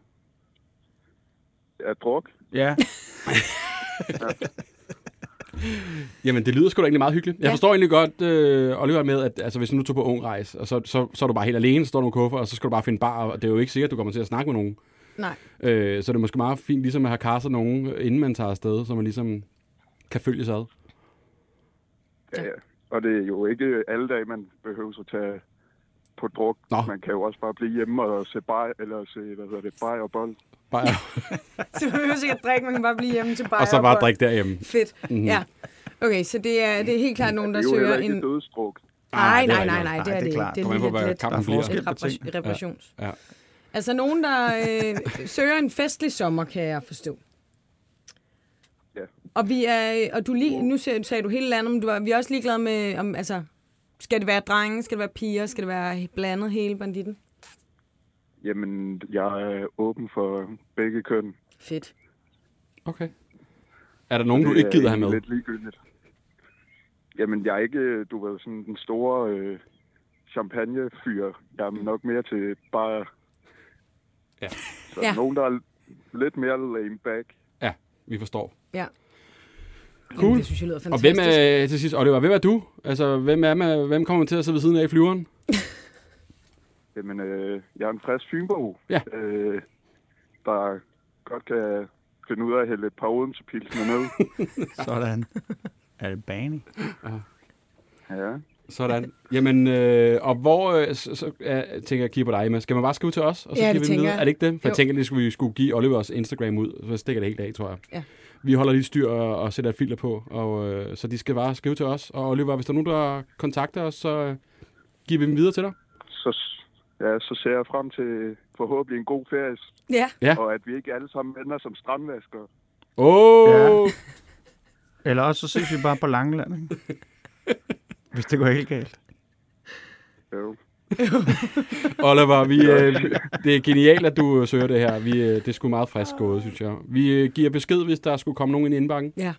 F: At druk?
D: Ja,
B: Jamen, det lyder sgu da egentlig meget hyggeligt. Jeg
C: Ja.
B: forstår egentlig godt, øh, Oliver, med, at altså, hvis nu tog på ung rejse, og så, så, så er du bare helt alene, så står du med kuffer, og så skal du bare finde bar, og det er jo ikke sikkert, at du kommer til at snakke med nogen.
C: Nej.
B: Øh, så det er måske meget fint ligesom at have kastet nogen, inden man tager afsted, så man ligesom kan følges ad.
F: Ja. ja. Og det er jo ikke alle dage, man behøver at tage på druk.
B: Nå.
F: Man kan jo også bare blive hjemme og se bare, eller se, hvad hedder det, bare og bold.
B: Bare,
C: Så man behøver sikkert drikke, man kan bare blive hjemme til bare.
B: og så bare drikke Mhm. derhjemme.
C: Fedt, mm-hmm. ja. Okay, så det er, det er helt klart nogen,
F: Det
C: der
F: er jo
C: søger
F: heller
C: en...
F: ikke dødsdruk.
C: Nej,
B: det er
C: nej, nej,
B: rigtigt.
C: nej, det er det ikke.
D: klart.
C: Det er
B: Kommer an
C: lige
B: på, hvad
C: lidt,
B: kampen
C: lidt,
B: bliver.
C: lidt
D: Forskel på
C: repar- reparations.
B: Ja.
C: Altså nogen, der øh, søger en festlig sommer, kan jeg forstå.
F: Ja.
C: Og, vi er, øh, og du lige, nu sagde, sagde du hele landet, men du er, vi er også ligeglade med, om, altså, skal det være drenge, skal det være piger, skal det være blandet hele banditten?
F: Jamen, jeg er åben for begge køn.
C: Fedt.
B: Okay. Er der nogen, du
F: Det
B: ikke
F: er
B: gider have
F: egentlig
B: med?
F: Lidt ligegyldigt. Jamen, jeg er ikke, du ved, sådan den store øh, champagnefyr. Jeg er nok mere til bare...
B: Ja.
F: Så
C: Ja.
F: ja. nogen, der er lidt mere lame back.
B: Ja, vi forstår.
C: Ja.
B: Cool.
C: Jamen, det synes jeg lyder
B: Og
C: fantastisk.
B: hvem er, til sidst, Oliver, hvem er du? Altså, hvem, er med, hvem kommer til at sidde ved siden af i flyveren?
F: Jamen, øh, jeg er en frisk fynbo,
B: Ja.
F: øh, der godt kan finde ud af at hælde et par Odense-pilsene ned.
D: sådan. Er det Bani?
F: ja.
B: Sådan. Jamen, øh, og hvor, øh, så, så ja, tænker jeg at kigge på dig, Emma. Skal man bare skrive til os, og så
C: Ja,
B: giver
C: det
B: vi den
C: tænker
B: videre?
C: jeg.
B: Er det ikke det? For jeg
C: Jo.
B: tænker, at vi skulle, vi skulle give Olivers Instagram ud, så stikker det helt af, tror jeg.
C: Ja.
B: Vi holder lige styr og, og sætter et filter på, og, øh, så de skal bare skrive til os. Og Oliver, hvis der er nogen, der kontakter os, så øh, giver vi dem videre til dig.
F: Så, s- ja, så ser jeg frem til forhåbentlig en god ferie,
C: Ja,
B: Ja.
F: og at vi ikke alle sammen ender som strandvaskere.
B: Åh! Oh!
D: Ja. Eller også så ses vi bare på Langeland, ikke? Hvis det går helt galt.
F: Jo.
B: Oliver, vi, øh, det er genialt, at du øh, søger det her. Vi, øh, det er sgu meget frisk gået, synes jeg. Vi øh, giver besked, hvis der skulle komme nogen ind i indbakken.
C: ja.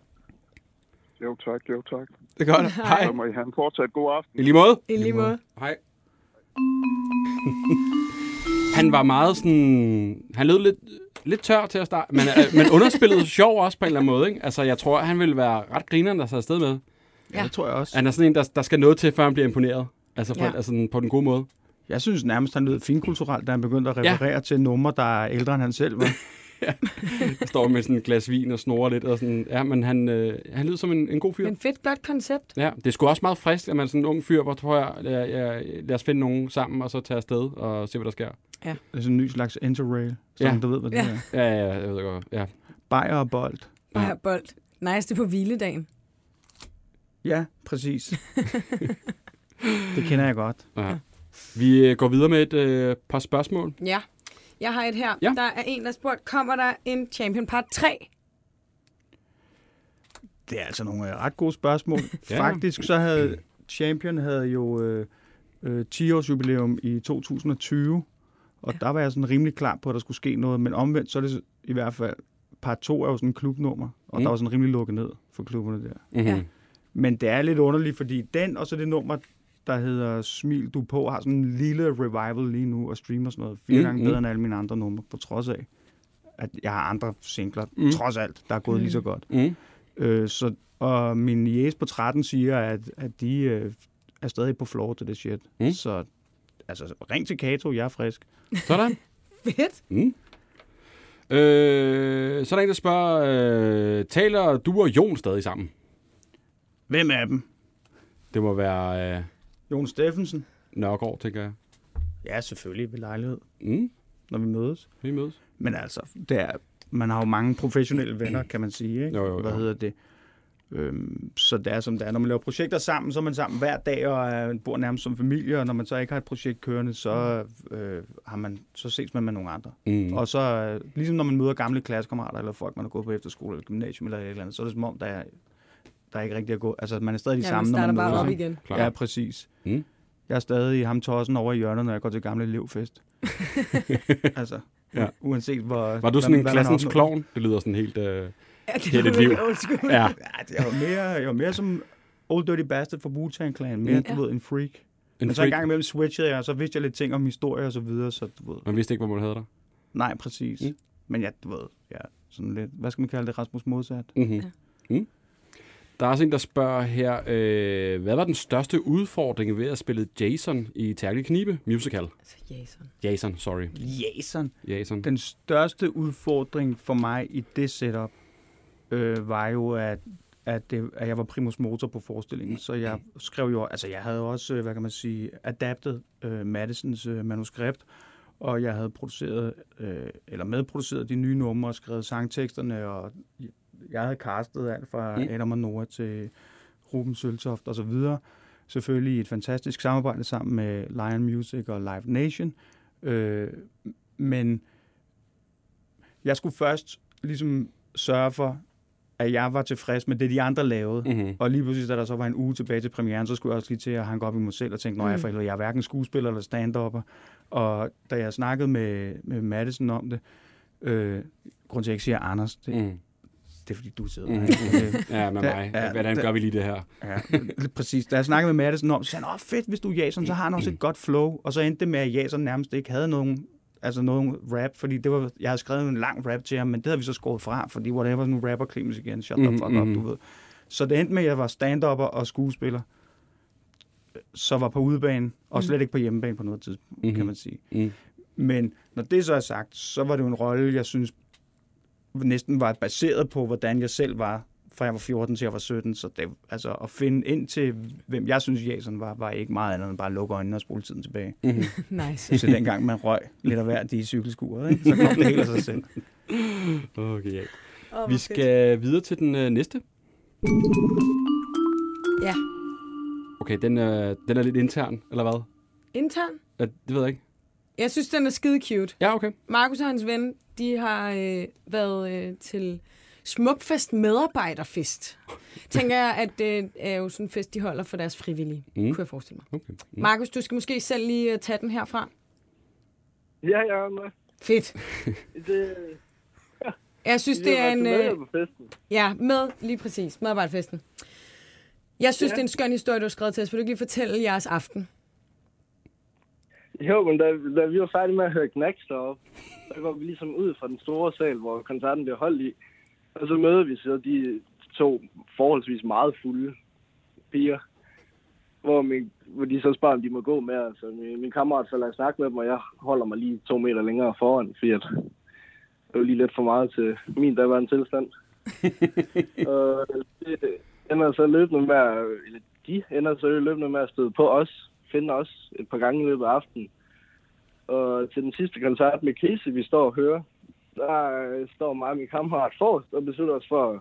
F: Jo tak, jo tak.
B: Det gør det. Hej.
F: Så må I have en fortsat god aften.
B: I lige måde.
C: i lige måde.
B: Hej. Han var meget sådan... Han lød lidt, lidt tør til at starte, men, øh, men underspillede sjov også på en eller anden måde. Ikke? Altså, jeg tror, han ville være ret grineren, der tager afsted med.
D: Ja. Det tror jeg også.
B: Han er sådan en, der, der skal noget til, før han bliver imponeret. Altså, for, ja.
C: Ja.
B: altså sådan på den gode måde.
D: Jeg synes nærmest, han lød finkulturelt, da han begyndte at referere ja. til numre, der er ældre end han selv var.
B: Han står med sådan et glas vin og snorer lidt. Og sådan, ja, men han, øh, han lyder som en, en god fyr.
C: Men fedt, godt koncept.
B: Ja, det er sgu også meget frisk, at man er sådan en ung fyr, hvor tror jeg, lad, jeg, lad os finde nogen sammen, og så tage afsted og se, hvad der sker.
D: Det er sådan Altså en ny slags interrail, som
B: Ja.
D: ja. du ved, hvad det
C: Ja.
D: ja. er.
B: Ja, ja, jeg ved godt. Ja.
D: Bajer og bold.
C: Bare her bold. Nice, det er på hviledagen.
D: Ja, præcis. det kender jeg godt.
B: ja. Vi øh, går videre med et øh, par spørgsmål.
C: Ja. Jeg har et her.
B: Ja.
C: Der er en, der spurgte, kommer der en Champion Part 3?
D: Det er altså nogle øh, ret gode spørgsmål.
B: Ja.
D: ja. Faktisk så havde Champion havde jo øh, øh, 10-års jubilæum i 2020, og ja. der var jeg sådan rimelig klar på, at der skulle ske noget, men omvendt så er det s- i hvert fald, part 2 er jo sådan en klubnummer, og
B: Mm.
D: mm. der var sådan rimelig lukket ned for klubberne der.
B: Mm-hmm.
C: Ja.
D: Men det er lidt underligt, fordi den og så det nummer, der hedder Smil du på, har sådan en lille revival lige nu og streamer sådan noget fire
B: Mm,
D: mm, gange
B: mm.
D: bedre end alle mine andre numre, på trods af, at jeg har andre singler,
B: Mm.
D: mm. trods alt, der er gået mm. lige så godt.
B: Mm.
D: Øh, så, og min jæs på 13 siger, at, at de øh, er stadig på floor til det shit.
B: Mm.
D: Mm. Så altså, ring til Kato, jeg er frisk.
B: Sådan.
C: Fedt.
B: Mm. Øh, så er der en, der spørger, øh, taler du og Jon stadig sammen?
D: Hvem er dem?
B: Det må være øh,
D: Jon Steffensen?
B: Nørgaard, tænker jeg.
D: Ja, selvfølgelig ved lejlighed,
B: Mm.
D: når vi mødes.
B: Vi mødes.
D: Men altså, det er, man har jo mange professionelle venner, kan man sige. Ikke?
B: Jo, jo, jo.
D: Hvad hedder det? Øhm, så det er som det er. Når man laver projekter sammen, så er man sammen hver dag og er, bor nærmest som familie. Og når man så ikke har et projekt kørende, så, øh, har man, så ses man med nogle andre.
B: Mm.
D: Og så, øh, ligesom når man møder gamle klassekammerater, eller folk, man har gået på efterskole, eller gymnasium, eller et eller andet, så er det som om, der er, der er ikke rigtig at gå. Altså, man er stadig de
C: Ja, man
D: samme, når
C: starter
D: man
C: bare
D: møder
C: op
B: sammen.
C: igen.
B: Klar.
D: Ja, præcis.
B: Mm.
D: Mm. Jeg er stadig ham tossen over i hjørnet, når jeg går til gamle elevfest. altså,
B: Ja.
D: ja. uanset hvor...
B: Var du sådan
D: hvad-
B: en
D: hvad man
B: klassens
D: opnår.
B: klovn? Det lyder sådan helt... Øh,
C: Ja, det
B: Hele
C: lyder
B: liv.
C: lidt old school.
B: ja,
D: Ja, det er jo mere, jeg var mere som Old Dirty Bastard fra Wu-Tang Clan. Mere,
C: Ja.
D: du ved, en freak. En
B: Mm. en
D: Men så
B: freak.
D: en gang imellem switchede jeg, og så vidste jeg lidt ting om historie og så videre, så du ved...
B: Man vidste ikke, hvor man havde dig.
D: Nej, præcis.
B: Mm.
D: Mm. Men jeg, du ved, ja, sådan lidt... Hvad skal man kalde det? Rasmus modsat?
B: Mm-hmm. Ja. Mm. Der er også en, der spørger her, øh, hvad var den største udfordring ved at spille Jason i Tærke Knibe Musical?
C: Altså, Jason.
B: Jason, sorry.
D: Jason.
B: Jason.
D: Den største udfordring for mig i det setup øh, var jo, at, at, det, at jeg var primus motor på forestillingen. Så jeg skrev jo, altså jeg havde også, øh, hvad kan man sige, adaptet øh, Madisons øh, manuskript, og jeg havde produceret, øh, eller medproduceret de nye numre og skrevet sangteksterne, og jeg havde castet alt fra
B: Mm.
D: Adam og Nora til Ruben Søltoft og så videre. Selvfølgelig i et fantastisk samarbejde sammen med Lion Music og Live Nation. Øh, men jeg skulle først ligesom sørge for, at jeg var tilfreds med det, de andre lavede. Mm.
B: Mm-hmm.
D: Og lige pludselig, da der så var en uge tilbage til premieren, så skulle jeg også lige til at hanke op i mig selv og tænke, nå, jeg for helvede, jeg er hverken skuespiller eller stand-upper. Og da jeg snakkede med, med Madison om det, øh, grund til, at jeg ikke siger Anders, det, mm.
B: Mm.
D: det er fordi, du sidder
B: Mm.
D: mm.
B: Ja, med
D: Da-
B: mig.
D: ja,
B: Hvordan
D: da-
B: gør vi lige det her?
D: Ja, lidt præcis. Da jeg snakkede med Madison om, så sagde han, åh fedt, hvis du er Jason, så har han også et godt flow. Og så endte det med, at Jason nærmest ikke havde nogen, altså nogen rap, fordi det var, jeg havde skrevet en lang rap til ham, men det havde vi så skåret fra, fordi whatever, nu rapper Clemens igen, shut the
B: Mhm,
D: fuck up,
B: mhm.
D: du ved. Så det endte med, at jeg var stand-upper og skuespiller, så var på udebane, og slet ikke på hjemmebane på noget tidspunkt,
B: Mhm.
D: kan man sige.
B: Mm.
D: Men når det så er sagt, så var det jo en rolle, jeg synes næsten var baseret på, hvordan jeg selv var, fra jeg var 14 til jeg var 17. Så det, altså, at finde ind til, hvem jeg synes, Jason var, var ikke meget andet end bare at lukke øjnene og spole tiden tilbage.
C: Nice.
D: Så dengang man røg lidt af hvert i cykelskuret, ikke? så kom det hele af sig selv.
B: Okay, ja.
C: Oh,
B: Vi skal videre til den øh, næste.
C: Ja.
B: Okay, den, øh, den er lidt intern, eller hvad?
C: Intern?
B: Ja, det ved jeg ikke.
C: Jeg synes, den er skide cute.
B: Ja, okay.
C: Markus og hans ven, de har øh, været øh, til Smukfest medarbejderfest. Tænker jeg, at det er jo sådan en fest, de holder for deres frivillige,
B: Mm.
C: mm. kunne jeg forestille mig.
B: okay. Mm.
C: Markus, du skal måske selv lige øh, tage den herfra.
G: Ja, ja, nej.
C: Fedt.
G: Det,
C: Jeg synes, det er en... Øh,
G: på festen.
C: ja, med lige præcis. Medarbejderfesten. Jeg synes, ja. det er en skøn historie, du har skrevet til os. Vil du ikke lige fortælle jeres aften?
G: Jo, men da, da vi var færdige med at høre Knacks op, så går vi ligesom ud fra den store sal, hvor koncerten blev holdt i. Og så møder vi så de to forholdsvis meget fulde piger, hvor, min, hvor de så spørger, om de må gå med. Altså, min, min kammerat falder i snak med dem, og jeg holder mig lige to meter længere foran, fordi at det var lige lidt for meget til min daværende tilstand. og Øh, det ender så løbende med, at, eller de ender så løbende med at støde på os, finde os et par gange i løbet af aftenen. Og til den sidste koncert med Casey, vi står og hører, der øh, står mig og min kammerat forrest og beslutter os for at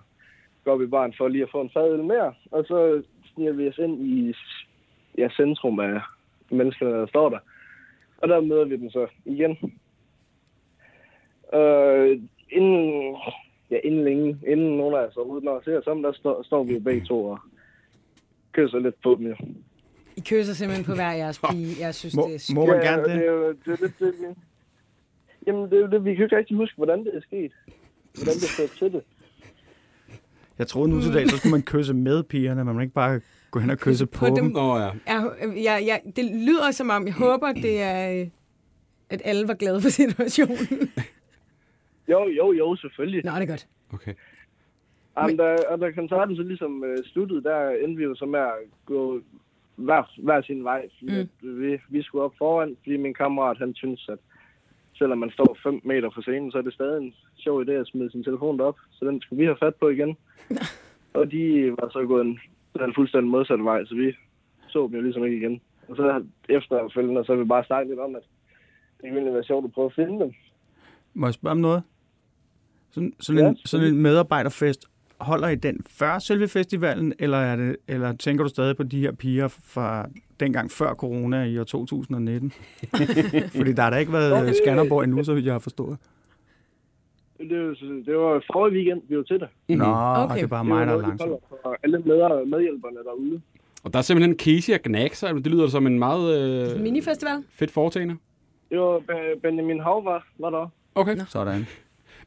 G: gå op i baren for lige at få en fadøl mere. Og så sniger vi os ind i ja, centrum af menneskerne, der står der. Og der møder vi dem så igen. Øh, inden, ja, inden længe, inden nogen af os overhovedet når at se os om, der står, står vi jo begge to og kysser lidt på dem. Jo.
C: I kysser simpelthen på hver jeres pige. Jeg synes,
D: Må,
C: det er skønt.
D: må man
G: ja,
D: gerne
G: det? er
D: det?
G: jo- det, er lidt det, vi... Jamen, det, er jo det, vi kan jo ikke rigtig huske, hvordan det er sket. Hvordan det er til det.
D: Jeg troede nu til dag, så skulle man kysse med pigerne, men man ikke bare gå hen og kysse på,
C: på dem.
D: dem.
B: Nå ja.
C: Jeg, jeg, jeg, det lyder som om, jeg håber, det er, øh, at alle var glade for situationen.
G: Jo, jo, jo, selvfølgelig.
C: Nå, det er godt.
B: Okay.
G: Jamen, da, og da koncerten så ligesom øh, sluttede, der endte vi jo så med at gå hver, hver sin vej. Fordi
C: Mm.
G: mm. at vi, vi skulle op foran, fordi min kammerat, han synes, at selvom man står 5 meter fra scenen, så er det stadig en sjov idé at smide sin telefon op. Så den skulle vi have fat på igen. og de var så gået en, den fuldstændig modsatte vej, så vi så dem jo ligesom ikke igen. Og så efterfølgende, så har vi bare snakket lidt om, at det ville egentlig være sjovt at prøve at finde dem.
D: Må jeg spørge om noget? Sådan, sådan,
G: Ja,
D: en, sådan en medarbejderfest, holder I den før selve festivalen, eller, er det, eller tænker du stadig på de her piger fra dengang før corona i år 2019? Fordi der har da ikke været Skanderborg endnu, så vidt jeg har forstået.
G: Det, var- det var forrige weekend, vi var til det.
D: Nå, okay.
C: Okay.
D: det er bare
G: Det var
D: mig, der er
G: noget, de
D: langsom.
G: holder for alle med- medhjælperne derude.
B: Og der er simpelthen Casey og Knackser. Det lyder som en meget øh,
C: Minifestival?
B: fedt foretagende.
G: Det var Ben- Benjamin Hav var, var der.
B: Okay.
D: Sådan.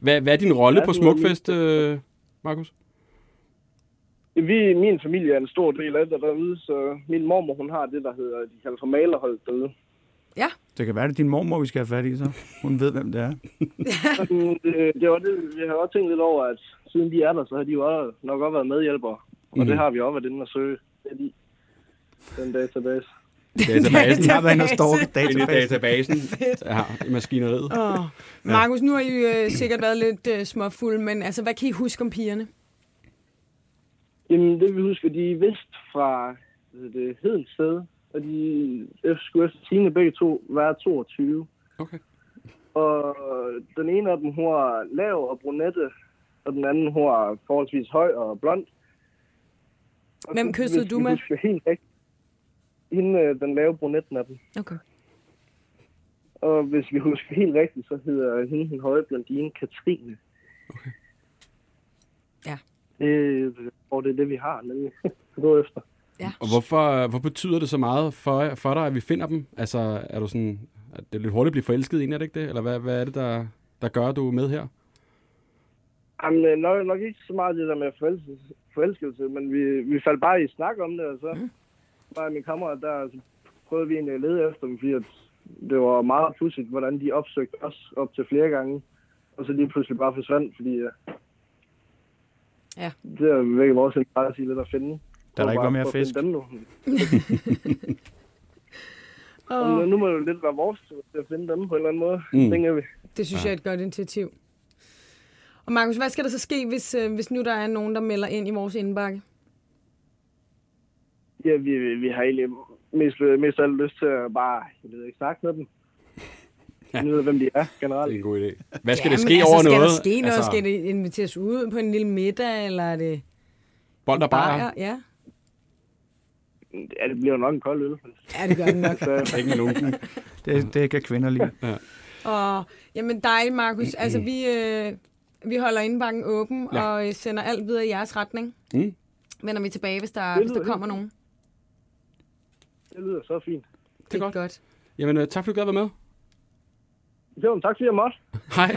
B: Hvad, hvad er din rolle
G: Ja,
B: på
G: det var min-
B: Smukfest, øh, Markus?
G: Vi, min familie er en stor del af det derude, så min mormor hun har det, der hedder, de kalder for malerhold derude.
D: Det kan være, det er din mormor, vi skal have fat i, så. Hun ved, hvem det er.
G: Mm, Det, det var det, jeg har også tænkt lidt over, at siden de er der, så har de jo også- nok også været medhjælpere. Og mm. det har vi også været inde og søge lidt i den database.
B: Databasen.
D: Jeg har været inde og stalke
B: Inde i
D: database.
B: databasen. Ja, i maskineriet.
C: Oh. Markus, nu har I øh, sikkert været lidt øh, småfulde, men altså, hvad kan I huske om pigerne?
G: Jamen, det vi husker, de er vist fra øh, det hedens sted, og de ef- skulle efter sine begge to være 22.
B: Okay.
G: Og den ene af dem, hun er lav og brunette, og den anden, hun er forholdsvis høj og blond. Og
C: Hvem
G: det,
C: kyssede
G: hvis
C: du
G: vi
C: med?
G: husker Helt rigtigt. Hende, øh, den lave brunetten af dem.
C: Okay.
G: Og hvis vi husker helt rigtigt, så hedder hende den høje blondine Katrine.
C: Ja.
G: Øh, og det er det, vi har nemlig at gå efter.
B: Og hvorfor, hvor betyder det så meget for, for dig, at vi finder dem? Altså, er du sådan... Er det lidt hurtigt at blive forelsket i en, er det ikke det? Eller hvad, hvad er det, der, der gør, at du er med her?
G: Jamen, øh, nok, nok ikke så meget det der med forelskelse, forelskelse men vi, vi faldt bare i snak om det, og så mm. var min kammerat der, så prøvede vi egentlig at lede efter dem, fordi at det var meget pudsigt, hvordan de opsøgte os op til flere gange, og så lige pludselig bare forsvandt, fordi øh,
C: Ja.
G: det er væk vores interesse i lidt at finde.
D: Da der ikke
G: Prøv
D: var
G: bare
D: mere
G: at finde
D: fisk.
G: Dem nu.
C: Oh,
G: Og nu må det jo lidt være vores tur til at finde dem på en eller anden måde,
B: Mm.
G: mm. tænker vi.
C: det synes jeg er et godt initiativ. Og Markus, hvad skal der så ske, hvis, øh, hvis nu der er nogen, der melder ind i vores indbakke?
G: Ja, vi, vi har egentlig mest, mest af alt lyst til at bare, jeg ved ikke, snakke med dem. Ja. Nyde, hvem de er generelt.
B: Det er en god idé. Hvad skal ja,
C: ja,
B: der
C: men
B: ske
C: altså,
B: over
C: skal
B: noget?
C: Skal der ske noget? Altså... Skal det inviteres ud på en lille middag, eller er det
B: Bold og bajer?
C: bajer? Ja.
G: Ja, det bliver jo nok en kold øl.
C: ja, det gør det nok.
G: Så,
B: Ikke med lunken.
D: Det, det kan kvinder lide.
C: Og, jamen dejligt, Markus. Altså, vi, øh, vi holder indbakken åben
B: Ja.
C: ja. og øh, sender alt videre i jeres retning.
B: Mm.
C: Vender vi tilbage, hvis der, hvis der
G: lyder
C: kommer nogen. Det
G: det lyder så fint.
C: er,
B: godt.
C: godt.
B: Jamen, øh, tak fordi du gad at være med.
G: Jo, men tak fordi jeg måtte.
B: Hej.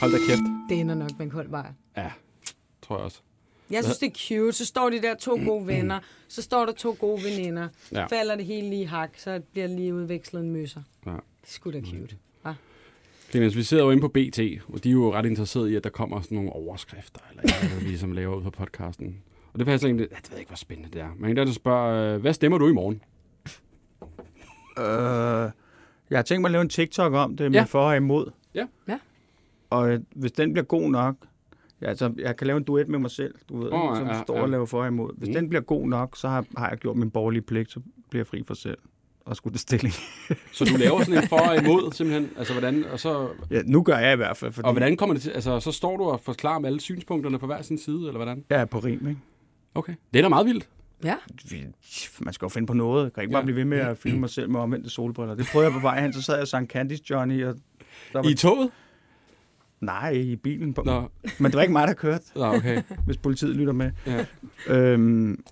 B: Hold da kæft.
C: Det ender nok med en kold vej.
B: Ja, tror jeg også.
C: Jeg synes, det er cute. Så står de der to gode venner. Så står der to gode veninder.
B: Ja.
C: Ja. Falder det hele lige i hak, så bliver der lige udvekslet en møsser.
B: Ja.
C: Det er sgu da cute.
B: Clemens, vi sidder jo inde på BT, og de er jo ret interesserede i, at der kommer sådan nogle overskrifter, eller et eller andet, vi som laver ud på podcasten. Og det passer egentlig, ja, det ved jeg ikke, hvor spændende det er. Men der, der spørger, øh, hvad stemmer du i morgen?
D: Øh, jeg har tænkt mig at lave en TikTok om det, med
B: Ja.
D: for og imod.
B: Ja.
C: Ja.
D: Og øh, hvis den bliver god nok, ja, altså, jeg kan lave en duet med mig selv, du ved,
B: Åh,
D: oh, som
B: ja,
D: står
B: ja.
D: og laver for og imod. Hvis
B: Mm.
D: mm. den bliver god nok, så har, har jeg gjort min borgerlige pligt, så bliver jeg fri for selv og skulle til stilling.
B: Så du laver sådan en for og imod, simpelthen. Altså, hvordan, og, så,
D: Ja, nu gør jeg i hvert fald, fordi
B: og hvordan kommer det til? Altså, så står du og forklarer med alle synspunkterne på hver sin side, eller hvordan?
D: jeg er på rim, ikke?
B: Okay. Det er da meget vildt.
C: Ja.
D: Vi- Man skal jo finde på noget. Jeg kan ikke bare
B: Ja.
D: blive ved med at filme mig selv med omvendte solbriller. Det prøvede jeg på vej hen, så sad jeg og sang Candice Johnny, og der var...
B: I toget?
D: Nej, i bilen. På...
B: Nå,
D: Men det var ikke mig, der kørte.
B: Nå okay.
D: hvis politiet lytter med.
B: Ja.
D: Øhm,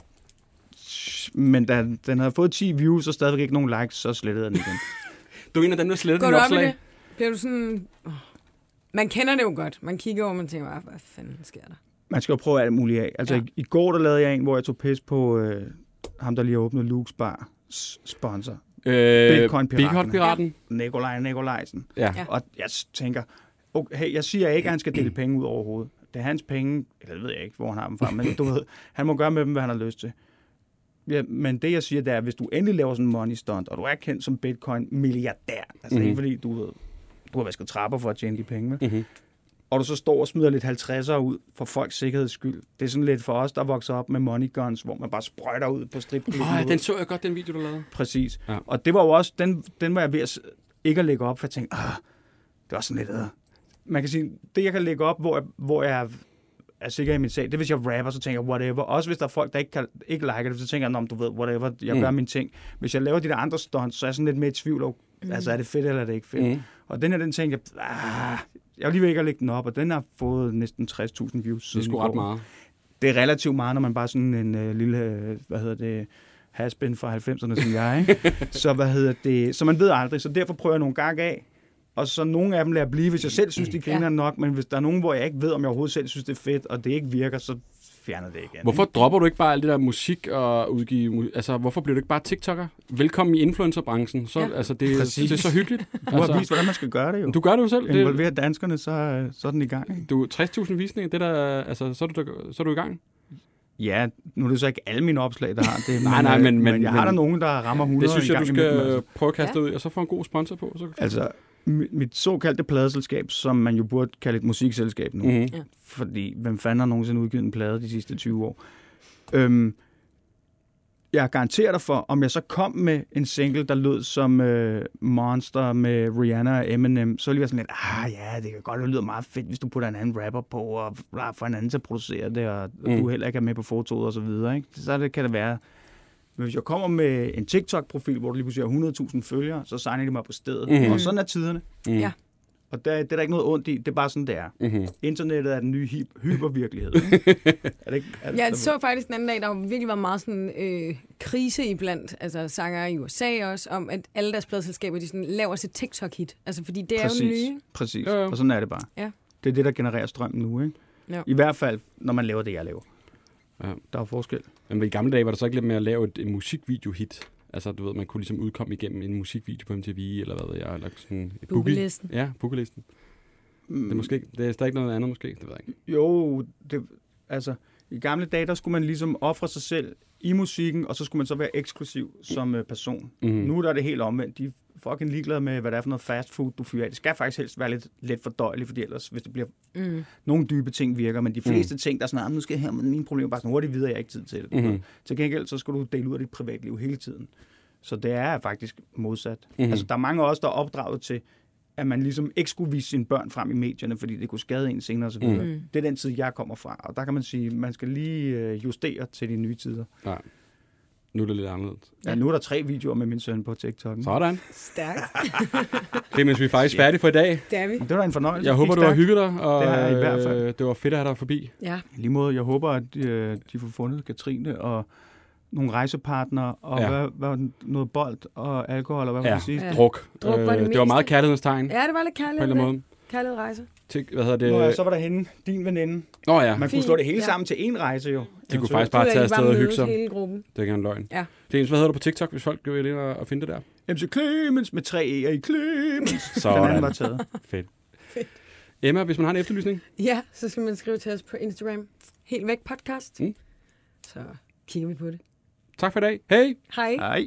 D: s- men da den havde fået 10 views og stadigvæk ikke nogen likes, så slettede jeg den igen.
B: Du er en af dem, der slettede
C: Går
B: dit
C: du op i
B: opslag.
C: det? Bliver du sådan... Man kender det jo godt. Man kigger over, og man tænker, "Hvad- hvad fanden sker der?
D: Man skal jo prøve alt muligt af. Altså,
C: Ja.
D: ja. i, i går der lavede jeg en, hvor jeg tog pis på øh, ham, der lige har åbnet Luke's Bar s- sponsor.
B: Øh,
D: Bitcoin-piraterne.
B: Bitcoin-piraten.
D: Nikolaj Nikolajsen.
B: Ja.
C: Ja.
B: ja.
D: Og jeg s- tænker, okay, hey, jeg siger ikke, at han skal dele penge ud overhovedet. Det er hans penge, eller det ved jeg ikke, hvor han har dem fra, men du ved, han må gøre med dem, hvad han har lyst til. Ja, men det, jeg siger, det er, at hvis du endelig laver sådan en money stunt, og du er kendt som bitcoin-milliardær, altså
B: Mhm.
D: mm-hmm. ikke fordi du, ved, du har vasket trapper for at tjene de penge, vel? Mm-hmm. og du så står og smider lidt 50'er ud for folks sikkerheds skyld. Det er sådan lidt for os, der vokser op med money guns, hvor man bare sprøjter ud på stripklubben. du
B: Oh,
D: ved.
B: den så jeg godt, den video, du lavede.
D: Præcis.
B: Ja.
D: Ja. Og det var jo også, den, den var jeg ved at s- ikke at lægge op, for jeg tænkte, "Ah, det var sådan lidt... Øh. Man kan sige, det jeg kan lægge op, hvor jeg, hvor jeg er sikker i min sag, det er, hvis jeg rapper, så tænker jeg, whatever. Også hvis der er folk, der ikke, kan, ikke liker det, så tænker jeg, "Nå, men du ved, whatever, jeg mm. gør min ting. Hvis jeg laver de der andre stunts, så er jeg sådan lidt mere i tvivl om, mm. altså er det fedt eller er det ikke fedt.
B: Mm.
D: Mm. Og den her, den tænkte jeg, ah, jeg var lige ved ikke at lægge den op, og den har fået næsten 60.000 views.
B: Det er
D: siden
B: sgu
D: i
B: ret
D: går
B: meget.
D: det er relativt meget, når man bare er sådan en øh, lille, øh, hvad hedder det, haspen fra 90'erne, som jeg, ikke? så hvad hedder det, så man ved aldrig, så derfor prøver jeg nogle gange af, og så nogle af dem lader jeg blive, hvis jeg selv synes, de griner
C: Ja.
D: ja. nok, men hvis der er nogen, hvor jeg ikke ved, om jeg overhovedet selv synes, det er fedt, og det ikke virker, så fjerner det igen.
B: Hvorfor dropper du ikke bare alt det der musik og udgive... mu- Altså, hvorfor bliver du ikke bare TikToker? Velkommen i influencerbranchen. Så,
C: Ja.
B: ja. altså, det,
D: Præcis.
B: det er så hyggeligt.
D: Du har vist,
B: altså,
D: hvordan man skal gøre det jo.
B: du gør det jo selv. Det,
D: Involverer danskerne, så, øh, så er den i gang. Ikke?
B: du 60.000 visninger, det der, altså, så, er du, da- så er du i gang.
D: Ja, nu er det så ikke alle mine opslag, der har det.
B: Nej, nej,
D: øh,
B: men- men-
D: men jeg har
B: men-
D: da nogen, der rammer 100
B: Det synes
D: en
B: jeg,
D: gang
B: du
D: imellem,
B: skal
D: altså.
B: øh, prøve at kaste
C: Ja.
B: ja. ud, og så få en god sponsor på. Så,
D: Altså, mi- mit såkaldte pladeselskab, som man jo burde kalde et musikselskab nu,
B: mm-hmm.
C: Ja.
D: fordi hvem fanden har nogensinde udgivet en plade de sidste 20 år? Øhm, jeg garanterer dig for, om jeg så kom med en single, der lød som øh, Monster med Rihanna og Eminem, så ville jeg være sådan lidt, ah ja, det kan godt, det lyder meget fedt, hvis du putter en anden rapper på, og bla, får en anden til at producere det, og mm.
B: Mm.
D: du heller ikke er med på fotoet og så videre. Ikke? Så det kan det være. Men hvis jeg kommer med en TikTok-profil, hvor du lige pludselig har 100.000 følgere, så signer de mig på stedet.
B: Mhm.
D: Mm. Og sådan er tiderne.
B: Mm.
C: Ja.
D: Og der, det er der ikke noget ondt i, det er bare sådan, det er.
B: Mm-hmm.
D: Internettet er den nye hy- hypervirkelighed. ikke? er det ikke? Er,
C: Jeg så faktisk den anden dag, der har virkelig var meget sådan øh, krise iblandt, altså sanger i USA også, om at alle deres pladselskaber, de sådan, laver sit TikTok-hit. Altså, fordi det er jo
D: præcis,
C: nye.
D: præcis.
B: Jo, jo.
D: Og sådan er det bare.
C: Ja.
D: Det er det, der genererer strømmen nu. Ikke?
C: Jo.
D: I hvert fald, når man laver det, jeg laver.
B: Ja.
D: Der er jo forskel.
B: Men i gamle dage var det så ikke lidt med at lave et, et musikvideo-hit? Altså, du ved, man kunne ligesom udkomme igennem en musikvideo på MTV, eller hvad ved jeg, eller sådan et boogie.
C: Bookelisten.
B: Ja, bookelisten. Mm. Det er måske ikke- det er stadig noget andet, måske. Det ved jeg ikke.
D: Jo, det, altså, i gamle dage, der skulle man ligesom ofre sig selv i musikken, og så skulle man så være eksklusiv som øh, person. Mm.
B: Mhm.
D: Nu der er det helt omvendt. De er fucking ligeglade med, hvad det er for noget fast food, du fyrer af. Det skal faktisk helst være lidt let fordøjeligt, fordi ellers, hvis det bliver... Mm. Nogle dybe ting virker, men de fleste mm. ting, der er sådan, "Ah, nu skal jeg her med mine problemer, bare sådan hurtigt videre, jeg har ikke tid til det. Mm. Til gengæld, så skal du dele ud af dit privatliv hele tiden. Så det er faktisk modsat. Mm. Altså, der er mange af os, der er opdraget til, at man ligesom ikke skulle vise sine børn frem i medierne, fordi det kunne skade en senere osv. Mm. Det er den tid, jeg kommer fra, og der kan man sige, man skal lige øh, justere til de nye tider.
B: Nej. Nu er det lidt anderledes.
D: Ja. nu er der tre videoer med min søn på TikTok. Så.
B: Sådan.
C: Stærkt.
B: Clemens, vi er faktisk færdige for i dag.
C: Det er vi.
D: Altså, Det var da en fornøjelse.
B: Jeg
D: Gik
B: håber, du har
D: stærkt.
B: hygget dig, og
D: Det har jeg i hvert fald.
B: øh, det var fedt at have dig forbi.
C: Ja.
D: I lige måde, jeg håber, at øh, de får fundet Katrine og nogle rejsepartnere, og
B: Ja.
D: ja. hvad, hvad, var den- noget bold og alkohol, og hvad var
B: Ja.
D: det sidste?
C: Ja.
B: Druk.
C: Druk var det
B: Øh, det var
C: meste.
B: meget kærlighedens tegn, ja.
C: ja, det var lidt
B: på en eller
C: kærlighed.
B: anden
C: det.
B: måde.
C: Kærlighed rejse.
B: Til, hvad hedder det?
D: Nå, ja, så var der hende, din veninde.
B: Nå ja,
D: Man
B: man,
D: kunne
C: Fint,
D: slå det hele
C: ja.
D: sammen til én rejse jo.
B: de kunne faktisk bare
C: Så
B: tage
C: I
B: afsted og hygge
C: mødes
B: sig.
C: hele gruppen.
B: Det er ikke en løgn.
C: Ja.
B: Clemens, hvad hedder du på TikTok, hvis folk vil ind og og finde det der?
D: MC Clemens med tre E'er i Clemens. Den anden var
B: Sådan.
D: taget.
B: Fedt. Emma, hvis man har en efterlysning,
C: Ja, så skal man skrive til os på Instagram. Helt væk podcast. Mm.
B: Mm.
C: Så kigger vi på det.
B: tak for i dag. Hej!
C: Hej.
D: Hej.